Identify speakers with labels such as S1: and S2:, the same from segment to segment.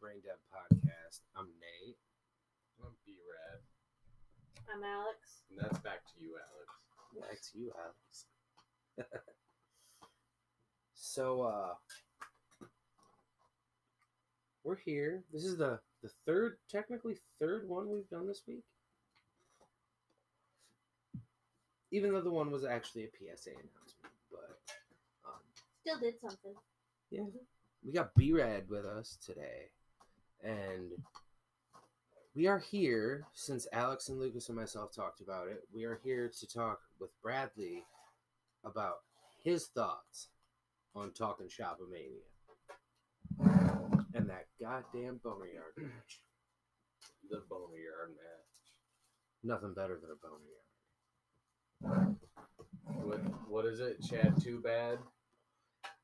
S1: Brain Dead Podcast. I'm Nate.
S2: I'm B Rad.
S3: I'm Alex.
S2: And that's back to you, Alex.
S1: Back to you, Alex. so, uh, we're here. This is the the third, technically third one we've done this week. Even though the one was actually a PSA announcement, but um,
S3: Still did something.
S1: yeah, we got B Rad with us today, and we are here since Alex and Lucas and myself talked about it. We are here to talk with Bradley about his thoughts on talking Shopomania and that goddamn boneyard match.
S2: The Boneyard match.
S1: Nothing better than a boneyard.
S2: What, what is it? Chad Too Bad?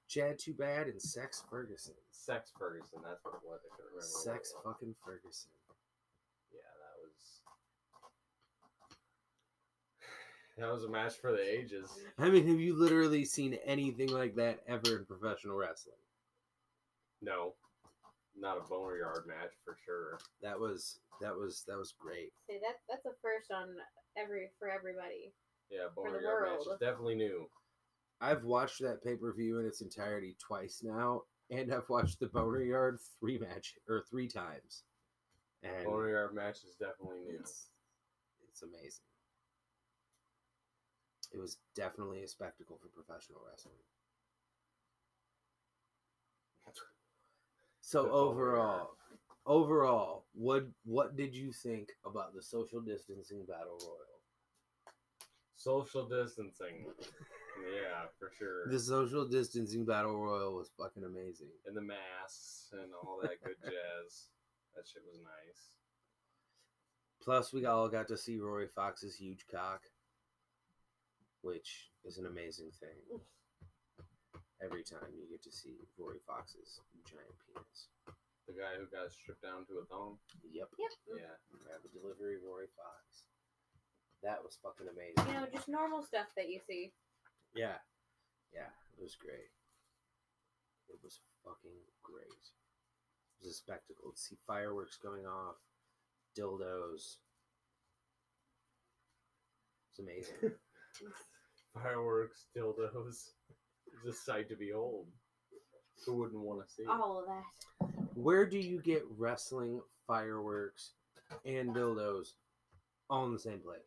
S1: Chad Too Bad and Sex Ferguson.
S2: Sex Ferguson. That's what it was. I couldn't remember. what it
S1: Sex
S2: was.
S1: fucking Ferguson.
S2: Yeah, that was. That was a match for the ages.
S1: I mean, have you literally seen anything like that ever in professional wrestling?
S2: No, not a Boneyard match for sure.
S1: That was that was that was great.
S3: See that that's a first on every for everybody.
S2: Yeah,
S3: the
S2: Boneyard match is
S3: world.
S2: definitely new.
S1: I've watched that pay per view in its entirety twice now, and I've watched the Boneyard three match or three times, and
S2: Boneyard match is definitely new.
S1: it's it's amazing. It was definitely a spectacle for professional wrestling. So
S2: The
S1: overall, overall, what what did you think about the social distancing battle royal?
S2: Social distancing. yeah, for sure.
S1: The social distancing battle royal was fucking amazing.
S2: and the masks and all that good jazz. That shit was nice.
S1: Plus, we all got to see Rory Fox's huge cock, which is an amazing thing. Every time you get to see Rory Fox's giant penis.
S2: The guy who got stripped down to a thong.
S1: Yep.
S3: Yep.
S2: Yeah.
S1: Grab a delivery, Rory Fox. That was fucking
S3: You
S1: amazing.
S3: know, just normal stuff that you see.
S1: Yeah. Yeah. It was great. It was fucking great. It was a spectacle to see fireworks going off, dildos. It's amazing.
S2: Fireworks, dildos. It's a sight to behold. Who wouldn't want to see? it?
S3: All of that.
S1: Where do you get wrestling, fireworks, and dildos all in the same place?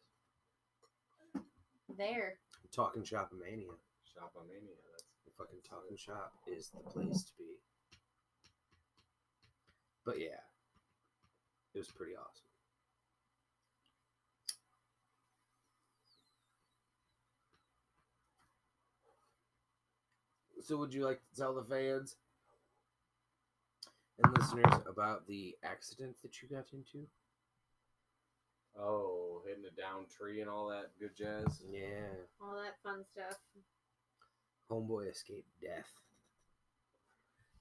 S3: There.
S1: Talking Shop Mania.
S2: Shopomania. That's
S1: The fucking Talking Shop is the place to be. But yeah, it was pretty awesome. So, would you like to tell the fans and listeners about the accident that you got into?
S2: Oh, hitting a down tree and all that good jazz.
S1: Yeah.
S3: All that fun stuff.
S1: Homeboy escaped death.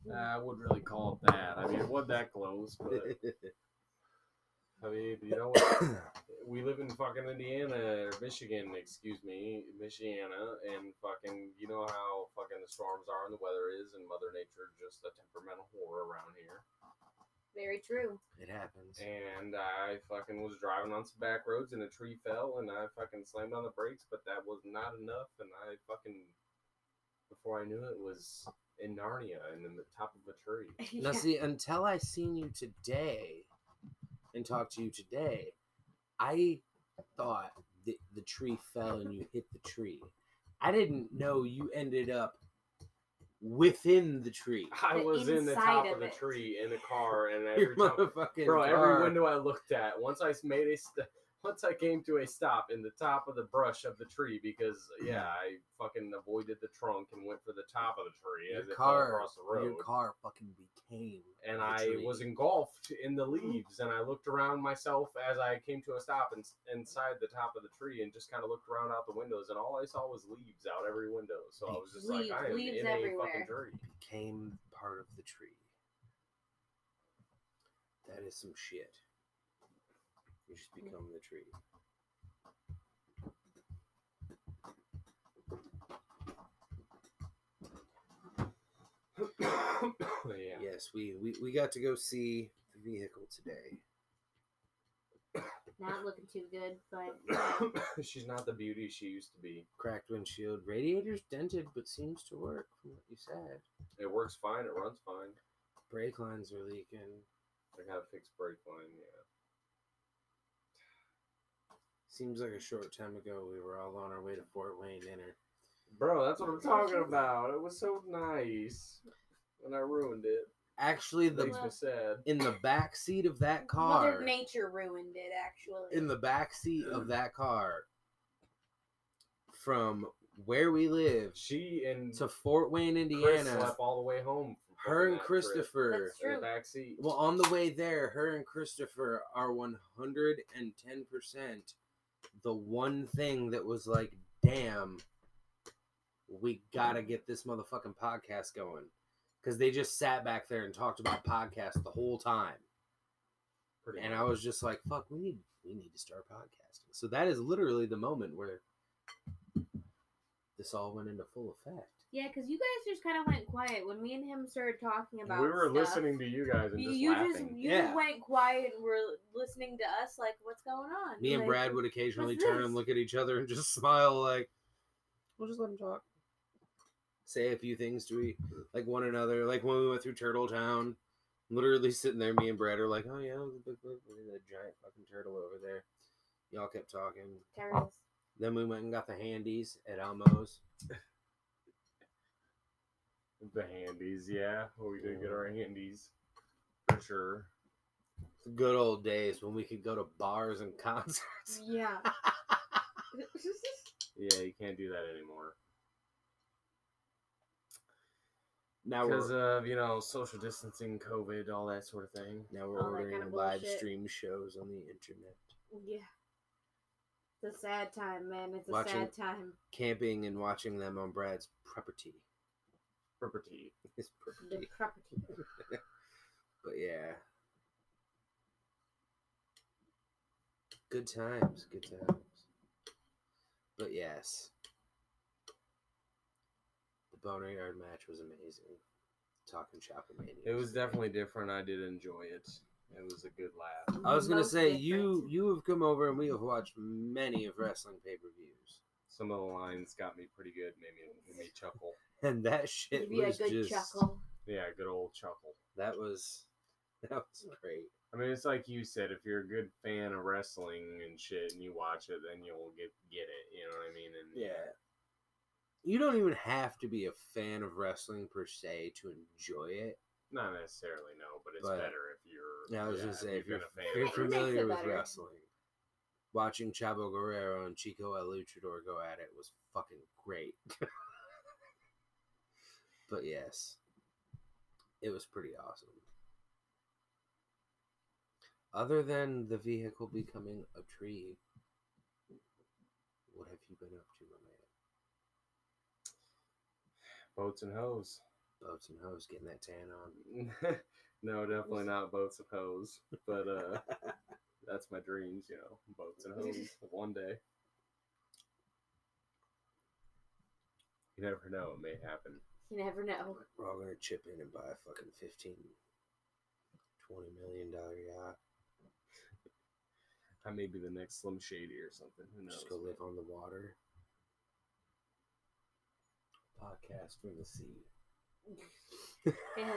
S2: Nah, I wouldn't really call it that. I mean, it wasn't that close, but I mean, you know what? we live in fucking Indiana or Michigan, excuse me, Michiana, and fucking you know how fucking the storms are and the weather is, and Mother Nature just a temperamental whore around here.
S3: Very true.
S1: it happens.
S2: And I fucking was driving on some back roads, and a tree fell, and I fucking slammed on the brakes, but that was not enough, and I fucking before I knew it was in Narnia, and in the top of a tree.
S1: Now, see, until I seen you today and talked to you today, I thought the, the tree fell and you hit the tree. I didn't know you ended up within the tree.
S2: I
S3: The
S2: was in the
S3: inside
S2: top
S3: of
S2: of the
S3: it.
S2: tree in a car, and
S1: Your
S2: every time
S1: motherfucking
S2: Bro, every
S1: car.
S2: window I looked at, once I made a st- once I came to a stop in the top of the brush of the tree because yeah, I fucking avoided the trunk and went for the top of the tree as
S1: your
S2: it fell
S1: car,
S2: across the road.
S1: your car fucking became.
S2: and
S1: the
S2: I
S1: tree.
S2: was engulfed in the
S3: Mm-hmm.
S2: leaves, and I looked around myself as I came to a stop and, inside the top of the tree, and just kind of looked around out the windows, and all I saw was leaves out every window. So I was just
S3: Leaves,
S2: like, I am
S3: leaves
S2: in a fucking
S3: everywhere.
S2: tree.
S1: became part of the tree. That is some shit. You just become the tree.
S2: yeah.
S1: Yeah, yes, we, we we got to go see the vehicle today.
S3: Not looking too good, but
S2: She's not the beauty she used to be.
S1: Cracked windshield, radiators dented, but seems to work from what you said.
S2: It works fine. It runs fine.
S1: Brake lines are leaking.
S2: I got a fixed brake line. Yeah.
S1: Seems like a short time ago we were all on our way to Fort Wayne dinner.
S2: Bro, that's what I'm talking about. It was so nice, and I ruined it.
S1: Actually,
S2: It
S1: the
S2: makes me sad.
S1: in the back seat of that car,
S3: Mother Nature ruined it. Actually,
S1: in the back seat of that car, from where we live
S2: She and
S1: to Fort Wayne,
S2: Chris
S1: Indiana,
S2: slept all the way home. from
S1: her
S2: fucking
S1: and
S2: that trip
S1: Christopher.
S3: That's
S2: in the
S3: True.
S2: back seat.
S1: Well, on the way there, her and Christopher are 110% the one thing that was like, damn, we gotta get this motherfucking podcast going. Because they just sat back there and talked about podcasts the whole time.
S2: pretty
S1: And
S2: much.
S1: I was just like, fuck, we need, we need to start podcasting. So that is literally the moment where this all went into full effect.
S3: yeah, because you guys just kind of went quiet when me and him started talking about.
S2: we were
S3: stuff.
S2: listening to you guys and
S3: You
S2: just
S3: you
S2: laughing.
S3: just you
S1: Yeah.
S3: just went quiet and were listening to us like what's going on.
S1: Me and
S3: Like,
S1: Brad would occasionally
S3: what's
S1: turn and
S3: this?
S1: look at each other and just smile, like, we'll just let him talk. Say a few things to we like one another. Like when we went through Turtle Town, literally sitting there, me and Brad are like, oh yeah, look, look, look, look at that giant fucking turtle over there. Y'all kept talking.
S3: Turtles.
S1: Then we went and got the handies at Elmo's.
S2: The handies, yeah. Well, we did get our handies for sure.
S1: The good old days when we could go to bars and concerts.
S3: Yeah.
S2: Yeah, you can't do that anymore
S1: Now
S2: because
S1: we're
S2: of you know social distancing, COVID, all that sort of thing.
S1: now
S3: all
S1: we're
S3: that
S1: ordering
S3: kinda
S1: live
S3: bullshit.
S1: stream shows on the internet.
S3: yeah. It's a sad time, man. It's a
S1: Watching-
S3: sad time.
S1: Camping and watching them on Brad's property.
S2: Property.
S1: His
S3: The
S1: property.
S3: property.
S1: But yeah. Good times, good times. But yes. The Boner Yard match was amazing. Talking shop mania.
S2: It was definitely different. I did enjoy it. It was a good laugh.
S1: I was gonna
S3: Most
S1: say
S3: different.
S1: you you have come over and we have watched many of wrestling pay per views.
S2: Some of the lines got me pretty good, made me, made me chuckle.
S1: And that shit
S3: Give you a
S1: was
S3: good
S1: just
S3: chuckle.
S2: Yeah, good old chuckle.
S1: that was that was great.
S2: I mean, it's like you said, if you're a good fan of wrestling and shit, and you watch it, then you'll get get it. You know what I mean? And
S1: Yeah. You don't even have to be a fan of wrestling per se to enjoy it.
S2: not necessarily no, but it's
S1: But-
S2: better if you're.
S1: Yeah, I was gonna say if you're,
S2: been a
S1: if you're
S3: It
S2: fan of wrestling.
S3: makes
S1: familiar
S3: it
S1: with
S3: better.
S1: wrestling, watching Chavo Guerrero and Chico El Luchador go at it was fucking great. but yes, it was pretty awesome. Other than the vehicle becoming a tree, what have you been up to, my
S2: boats and hoes.
S1: man? Boats and hoes, getting that tan on.
S2: no, definitely not boats and hoes. But uh that's my dreams, you know, boats and hoes one day. You never know, it may happen.
S3: You never know.
S1: We're all gonna chip in and buy a fucking 15, 20 million dollar yacht.
S2: I may be the next Slim Shady or something. Who knows?
S1: Just go live on the water. Podcast from the sea.
S3: Yeah,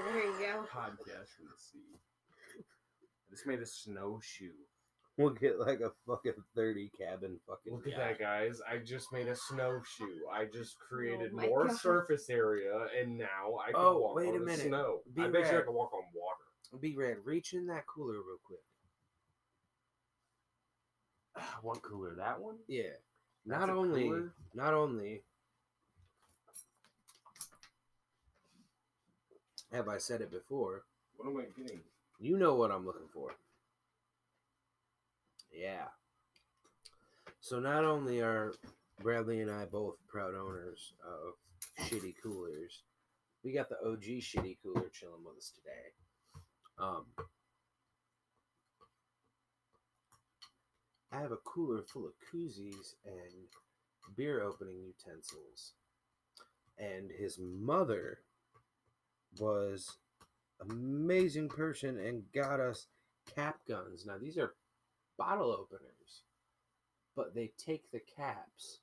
S3: there you go.
S2: Podcast from the sea. I just made a snowshoe.
S1: We'll get like a fucking 30 cabin fucking
S2: Look at
S1: yacht.
S2: that, guys. I just made a snowshoe. I just created
S3: Oh my
S2: more
S3: God.
S2: surface area, and now I can
S1: Oh,
S2: walk
S1: wait
S2: on
S1: a
S2: the
S1: minute.
S2: snow. I
S1: Be
S2: bet you I
S1: rad.
S2: can walk on water.
S1: Be red, reach in that cooler real quick.
S2: What cooler? That one?
S1: Yeah.
S2: That's
S1: Not
S2: a
S1: only
S2: cooler?
S1: not only have I said it before,
S2: What am I getting?
S1: you know what I'm looking for. Yeah. So not only are Bradley and I both proud owners of shitty coolers, we got the OG shitty cooler chilling with us today. Um, I have a cooler full of koozies and beer opening utensils, and his mother was amazing person and got us cap guns. Now these are bottle openers, but they take the caps.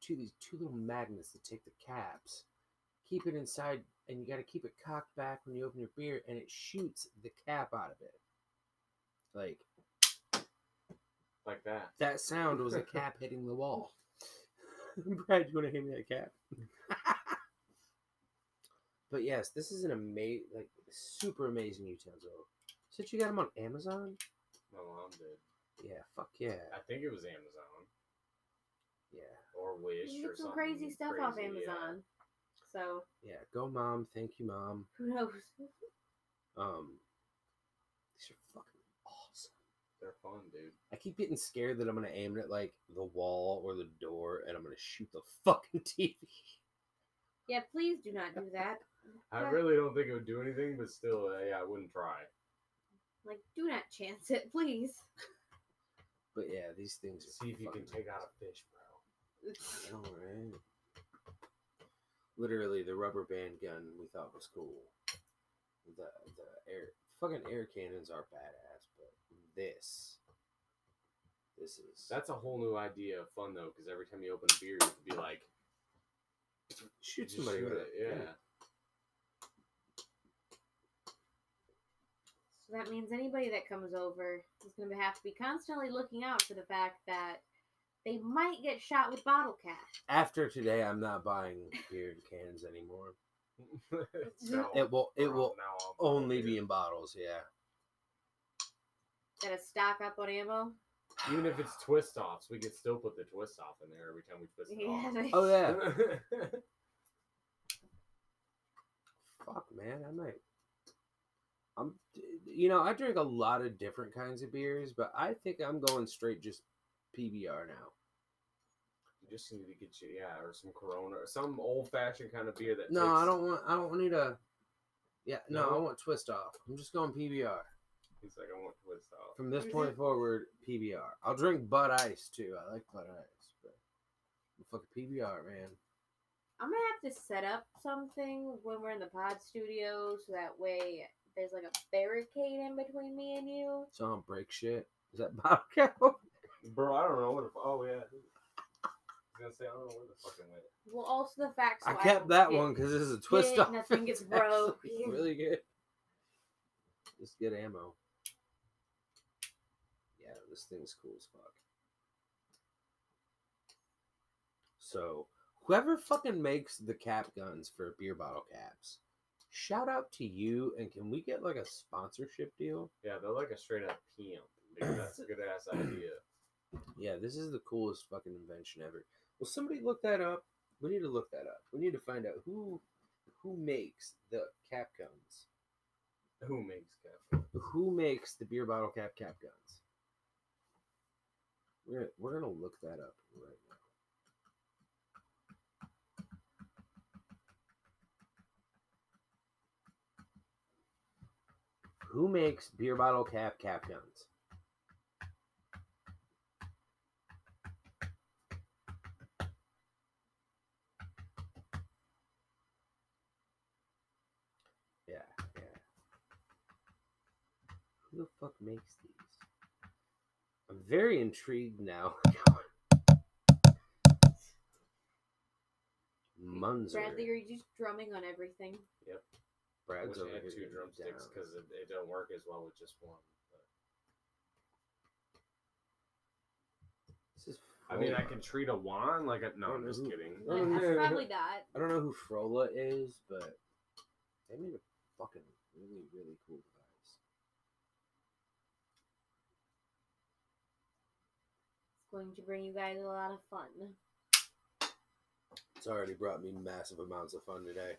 S1: Two these two little magnets that take the caps, keep it inside, and you got to keep it cocked back when you open your beer, and it shoots the cap out of it. Like
S2: like that.
S1: that sound was a cap hitting the wall. Brad, you want to hand me that cap? but yes, this is an amazing, like, super amazing utensil. Since you got them on Amazon,
S2: My mom did.
S1: yeah, fuck yeah,
S2: I think it was Amazon
S1: yeah,
S2: or Wish
S3: You
S2: or
S3: get some
S2: something
S3: crazy stuff off
S2: crazy, yeah.
S3: Amazon. So
S1: yeah. Go, mom. Thank you, mom.
S3: who knows?
S1: Um, these are fucking awesome.
S2: They're fun, dude.
S1: I keep getting scared that I'm gonna aim it at like the wall or the door, and I'm gonna shoot the fucking TV.
S3: Yeah, please do not do that.
S2: I
S3: Yeah.
S2: really don't think it would do anything, but still, uh, yeah, I wouldn't try.
S3: Like, do not chance it, please.
S1: But yeah, these things are
S2: See if you can
S1: fucking
S2: take out a fish, bro.
S1: All right. Literally, the rubber band gun we thought was cool. The the air fucking air cannons are badass, but this this is
S2: That's a whole new idea of fun though, because every time you open a beer, you could be like,
S1: shoot
S2: just
S1: somebody
S2: shoot
S1: with it.
S2: it. Yeah.
S3: So that means anybody that comes over is going to have to be constantly looking out for the fact that they might get shot with bottle caps.
S1: After today, I'm not buying beer in cans anymore.
S2: So,
S1: It will it
S2: from
S1: will
S2: now on,
S1: only
S2: beer.
S1: be in bottles. Yeah.
S3: Gotta stock up on ammo.
S2: Even if it's twist offs, we could still put the twist off in there every time we twist it
S3: Yeah,
S2: off.
S3: they-
S1: oh yeah.
S2: Yeah.
S1: Fuck, man, I might. I'm, you know, I drink a lot of different kinds of beers, but I think I'm going straight just PBR now.
S2: You just need to get you, yeah, or some Corona, or some old fashioned kind of beer that.
S1: No,
S2: takes-
S1: I don't want. I don't need a. Yeah, no, I
S2: No?
S1: want twist off. I'm just going PBR
S2: He's like, I want twist off.
S1: from this
S3: Where's
S1: point
S3: it?
S1: forward. PBR. I'll drink Bud Ice too. I like Bud Ice, but fucking PBR, man.
S3: I'm gonna have to set up something when we're in the pod studio so that way there's like a barricade in between me and you.
S1: So I don't break shit. Is that bottle cap?
S2: Bro, I don't know where the. Oh, yeah. I was going to say, I don't know where the fucking went.
S3: Well, also the fact. so
S1: I
S3: don't
S1: kept that
S3: get-
S1: one because this is a twist off.
S3: nothing
S1: It's
S3: gets broke.
S1: actually Really good. Just good ammo. Yeah, this thing's cool as fuck. So, whoever fucking makes the cap guns for beer bottle caps, shout out to you. And can we get like a sponsorship deal?
S2: Yeah, they're like a straight up PM. Dude, that's a good ass idea.
S1: Yeah, this is the coolest fucking invention ever. Will somebody look that up? We need to look that up. We need to find out who who makes the cap guns.
S2: Who makes caffeine?
S1: who makes the beer bottle cap cap guns? We're, we're gonna look that up right now. Who makes beer bottle cap cap guns? Yeah, yeah. Who the fuck makes these? I'm very intrigued now. Munzer.
S3: Bradley, are you just drumming on everything?
S2: I
S1: Brad's
S2: wish I
S1: over
S2: had
S1: here
S2: two
S1: getting
S2: drumsticks
S1: down.
S2: because it, it don't work as well with just one. But,
S1: This is
S2: I mean, I
S1: Frola.
S2: can treat a wand like a. No, I'm just kidding.
S1: Oh,
S3: Like,
S1: yeah.
S3: probably not.
S1: I don't know who Frola is, but they made a fucking really, really cool device.
S3: It's going to bring you guys a lot of fun.
S1: It's already brought me massive amounts of fun today.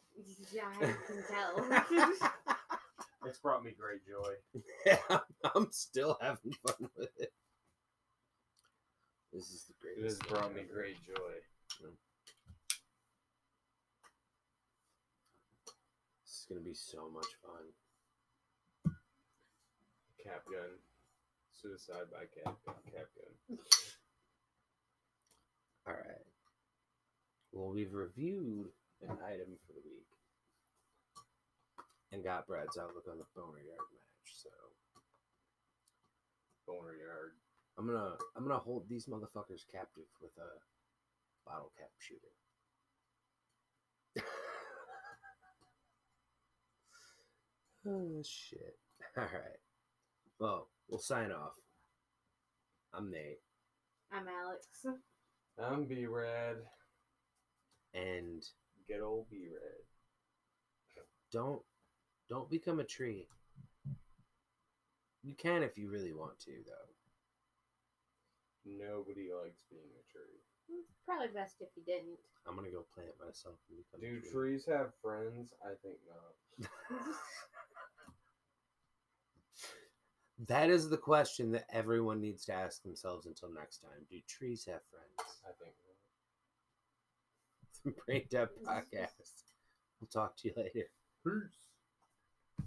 S3: Yeah, I can tell.
S2: It's brought me great joy.
S1: Yeah, I'm still having fun with it. This is the
S2: It
S1: greatest.
S2: has
S1: thing
S2: brought me
S1: ever.
S2: great joy.
S1: This is gonna be so much fun.
S2: Cap gun. Suicide by cap gun. Cap gun.
S1: All right. Well, we've reviewed an item for the week, and got Brad's outlook on the boner yard match. So
S2: Boner yard.
S1: I'm gonna I'm gonna hold these motherfuckers captive with a bottle cap shooter. oh shit! All right. Well, we'll sign off. I'm Nate,
S3: I'm Alex.
S2: I'm B Red.
S1: and
S2: Good old B Red.
S1: don't don't become a tree. You can if you really want to, though.
S2: Nobody likes being a tree.
S3: Probably best if you didn't.
S1: I'm gonna go plant myself and become
S2: Do
S1: a tree.
S2: trees have friends? I think not.
S1: That is the question that everyone needs to ask themselves until next time. Do trees have friends?
S2: I think not.
S1: Brain Dead Podcast. We'll talk to you later.
S2: Peace.